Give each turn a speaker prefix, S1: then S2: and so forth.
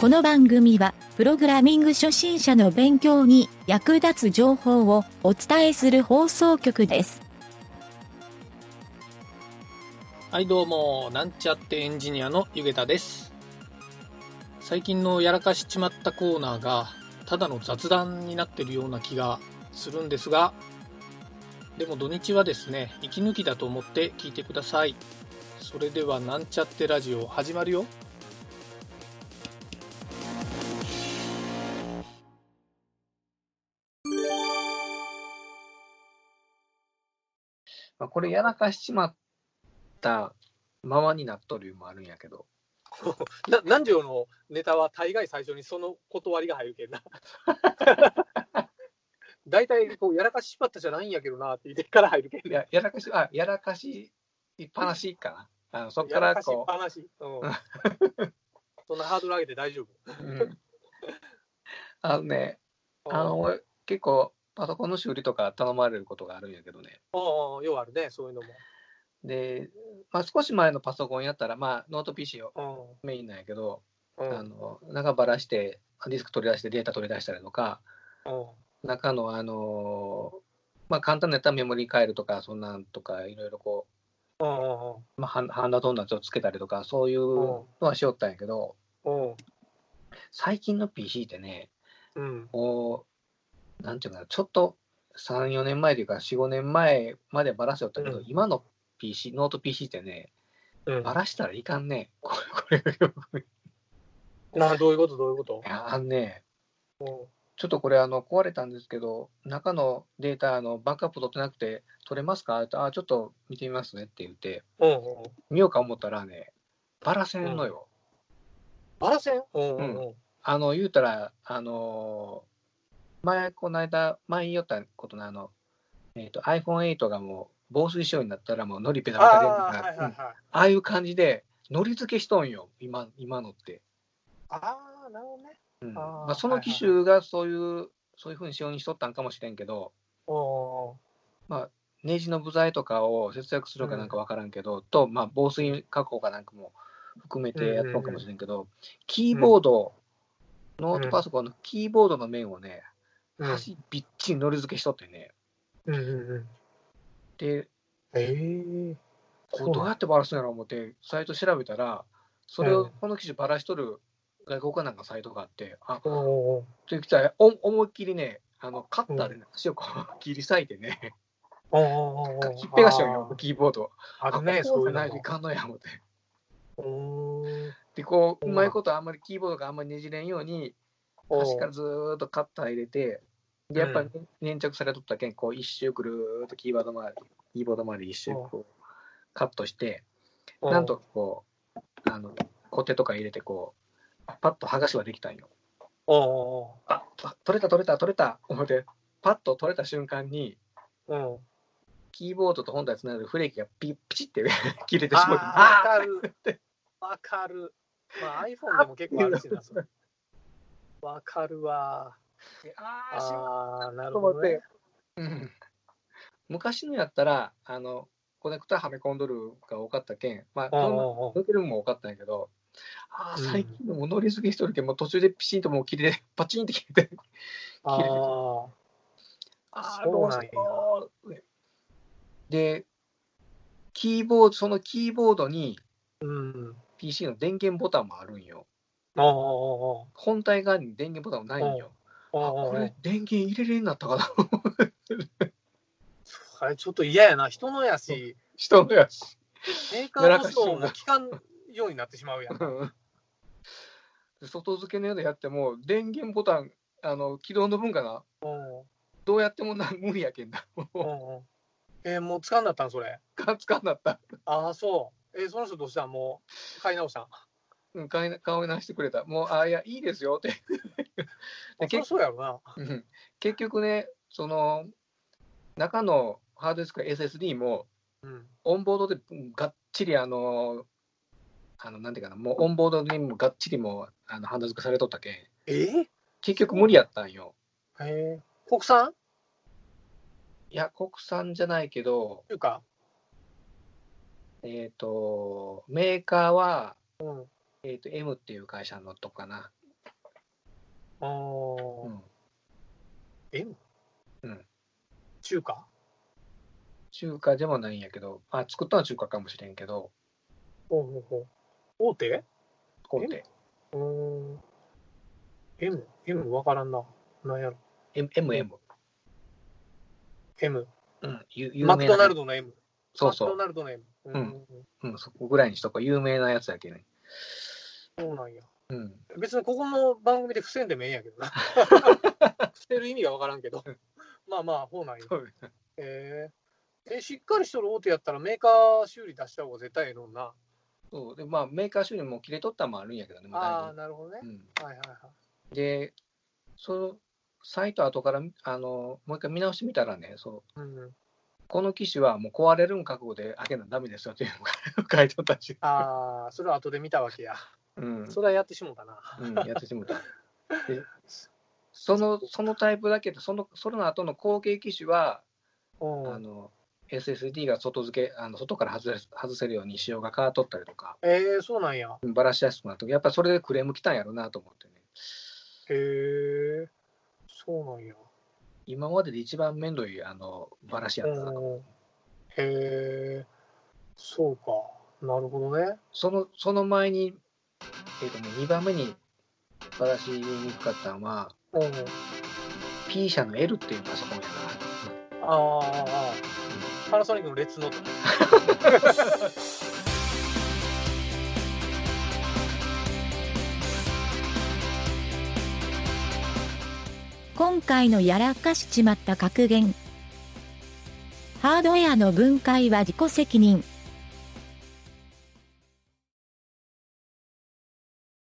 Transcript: S1: この番組は、プログラミング初心者の勉強に役立つ情報をお伝えする放送局です。
S2: はい、どうも、なんちゃってエンジニアのゆげたです。最近のやらかしちまったコーナーが、ただの雑談になってるような気がするんですが、でも土日はですね、息抜きだと思って聞いてください。それでは、なんちゃってラジオ始まるよ。
S3: まあ、これやらかしちまったままになっとるもあるんやけど、
S2: な、なんじょのネタは大概最初にその断りが入るけんな。大体こうやらかしちまったじゃないんやけどなって言ってから入るけん
S3: いややらかし、あ、やらかしっぱなしかな。あのそこからこ
S2: やらかしっぱなし。 うん。そんなハードル上げて大丈
S3: う、 うんあのね、
S2: 夫。
S3: あの、俺結構パソコンの修理とか頼まれることがあるんやけどね。
S2: うんうん、ようあるね、そういうの
S3: で、まあ、少し前のパソコンやったら、まあ、ノート PC を
S2: も。
S3: メインなんやけど、
S2: うん。うん。
S3: あの中ばらして、ディスク取り出してデータ取り出したりとか、
S2: うん
S3: 中の、あのまあ、簡単なやったらメモリ変えるとか、そんなんとか、いろいろこう、
S2: うんうん
S3: まあ、ハンハンダドーナツをつけたりとか、そういうのはしよったんやけど、
S2: うん。
S3: 最近の PC ってね、
S2: うん。
S3: こう、なんていうかな、ちょっと3、4年前というか、4、5年前までばらせよったけど、
S2: うん
S3: 今の PC、ノート PC ってね、
S2: うん。
S3: ばらしたらいかんね。これ、 これ、
S2: な、どういうことどういうこと
S3: あんね、
S2: うん
S3: ちょっとこれ、あの、壊れたんですけど、中のデータ、あの、バックアップ取ってなくて、取れますかってあ、ちょっと見てみますねって言って、
S2: うんうん。
S3: 見ようか思ったらね、ばらせんのよ。
S2: バラせんうんうんうん。
S3: あの、言うたら、あのー前、この間、前言いよったことの、あの、えっ、と、iPhone8 がもう、防水仕様になったら、もう、のりペタ
S2: あ
S3: ペタで、
S2: あー、はいはい
S3: うん
S2: はい
S3: あ。あいう感じで、のり付けしとんよ、今、今のって。
S2: ああ、なるほどね。
S3: うん
S2: あー
S3: まあ、その機種がそういう、そういうふうに仕様にしとったんかもしれんけど、
S2: う
S3: ネジの部材とかを節約するかなんかわからんけど、と、まあ、防水加工かなんかも含めてやっとんかもしれんけど、キーボード、ノートパソコンのキーボードの面をね、
S2: んうんうん。
S3: 端びっちりのり付けしとってね。
S2: うんうんうん。
S3: で、
S2: ええ。
S3: こ
S2: そう
S3: うどうやってバラすんやろ思って、サイト調べたら、それ
S2: うん
S3: を、この機種バラしとる外国かなんかサイトがあって、あ、
S2: うんうんうん。
S3: できたら、お思いっきりね、あの、カッターでね足をこう切り裂いてね、
S2: うんうんうんうん。
S3: ひっぺがしをよ、キーボードを。
S2: あるね、
S3: こ
S2: そういう
S3: な
S2: の
S3: いとい
S2: も。
S3: かんのや思って。
S2: うん。
S3: で、こう、
S2: う
S3: うんまいことあんまりキーボードがあんまりねじれんように、端からずーっとカッター入れて、で、やっぱり粘着されとったけん、こう、一周ぐるーっとキーボード周り、キーボード周り一周こう、カットして、
S2: う
S3: なんと。こう、あの、コテとか入れてこう、パッと剥がしはできたんよ。
S2: うん
S3: あ、あ取れた取れた取れた思って、パッと取れた瞬間に、
S2: うんうん。うん。
S3: キーボードと本体つながるフレーキがピッピチって 切れてしまう。
S2: あーわか
S3: あ
S2: る。わかる。まあ、iPhone でも結構あるしな、それわかるわ。
S3: ーあーしまっ
S2: ああ、な
S3: た
S2: る
S3: と思
S2: ほど、
S3: って
S2: ね。。
S3: うん昔のやったら、あの、コネクタはめ込んどるが多かったけん、まあ、
S2: うんう
S3: そんなん
S2: うん
S3: 抜けるも多かったんやけど、ああ、
S2: うん
S3: 最近のものり付けしとるけん、もう途中でピシンともう切れて、パチンって切れて、
S2: あー
S3: ああ、
S2: そう
S3: ロ
S2: なんや
S3: ーソンで、キーボード、そのキーボードに
S2: うん。
S3: PC の電源ボタンもあるんよ。
S2: あー
S3: 本体側に電源ボタンもないんよ。
S2: あーあー
S3: あ、
S2: あ
S3: こ
S2: ーあー
S3: れ電源入れれんなったかな。
S2: あれちょっと嫌やな、人のやし、
S3: 人のやつ。
S2: メーカーの人も聞かんようになってしまうやん。
S3: で外付けのやつやっても、電源ボタン、あの、起動の分かな。
S2: うん
S3: どうやってもな無理やけんな。
S2: うんうんえーもうつかんだったん、それ。
S3: かつかんなった。
S2: ああ、そう。えーその人どうしたんもう買い直したん。
S3: うん、買い顔直してくれた。もう、あ、いや、いいですよって。
S2: あそりゃそうやろな。
S3: うん結局ね、その中のハードディスク SSD も
S2: うん。
S3: オンボードでうんがっちりあの、あのなんていうかな、もうオンボードにもがっちりもうあのハードディスクされとったけん、
S2: えー、
S3: 結局無理やったんよ。
S2: えー、国産
S3: いや、国産じゃないけど、
S2: というか、
S3: えっ、と、メーカーは、
S2: うん。
S3: えー、と M っていう会社のとこかな。
S2: あー、
S3: うん、
S2: M?
S3: うん。
S2: 中華
S3: 中華でもないんやけど、まあ、作ったのは中華かもしれんけど、
S2: ほうほうほう。大手
S3: 工程。
S2: うーん。M、M わからんな。なんやろ。
S3: M、M、M。
S2: M。
S3: うん、ゆ有名な
S2: マクドナルドの M。
S3: そうそ
S2: マクド
S3: う。
S2: ナルドの M。うーん。
S3: うん、そこぐらいにしとこう。有名なやつやけね。
S2: そうなんや。
S3: うん。
S2: 別にここの番組で伏せんでもええんやけど な。伏せる意味がわからんけど。まあま あ、そうなんや。えー、えしっかりしとる大手やったらメーカー修理出した方が絶対ええのにな。
S3: そうでまあ、メーカー収入も切れとったんもあるんやけどね、もう
S2: あ
S3: だ
S2: あ、
S3: い
S2: なるほどね
S3: ぶ。うん、
S2: はいはいはい。
S3: で、そのサイト後からあのもう一回見直してみたらね、そう
S2: うん、
S3: この機種はもう壊れるん覚悟で開けなダメですよっていうのが 書いておったし、
S2: ああ、それは後で見たわけや。
S3: うん
S2: それはやってしもうたな。
S3: うん、 やってしもうた。 でそのそのタイプだけで、そのその後の後継機種は、
S2: うん
S3: あの SSD が外付けあの外から外れ外せるように仕様が変わっとったりとか、
S2: えー、そうなんや。
S3: ばらしやすくなって、やっぱりそれでクレーム来たんやろうなと思ってね、
S2: へえ、そうなんや。
S3: 今までで一番面倒いあのばらしやったなと
S2: うんへえ、そうか。なるほどね。
S3: そのその前に、えっとね、2番目にバラしにくかったのは、
S2: うん。
S3: P 社の L っていうパソコンやな。
S2: ああ、パナソニックの列のと。
S1: 今回のやらかしちまった格言。ハードウェアの分解は自己責任。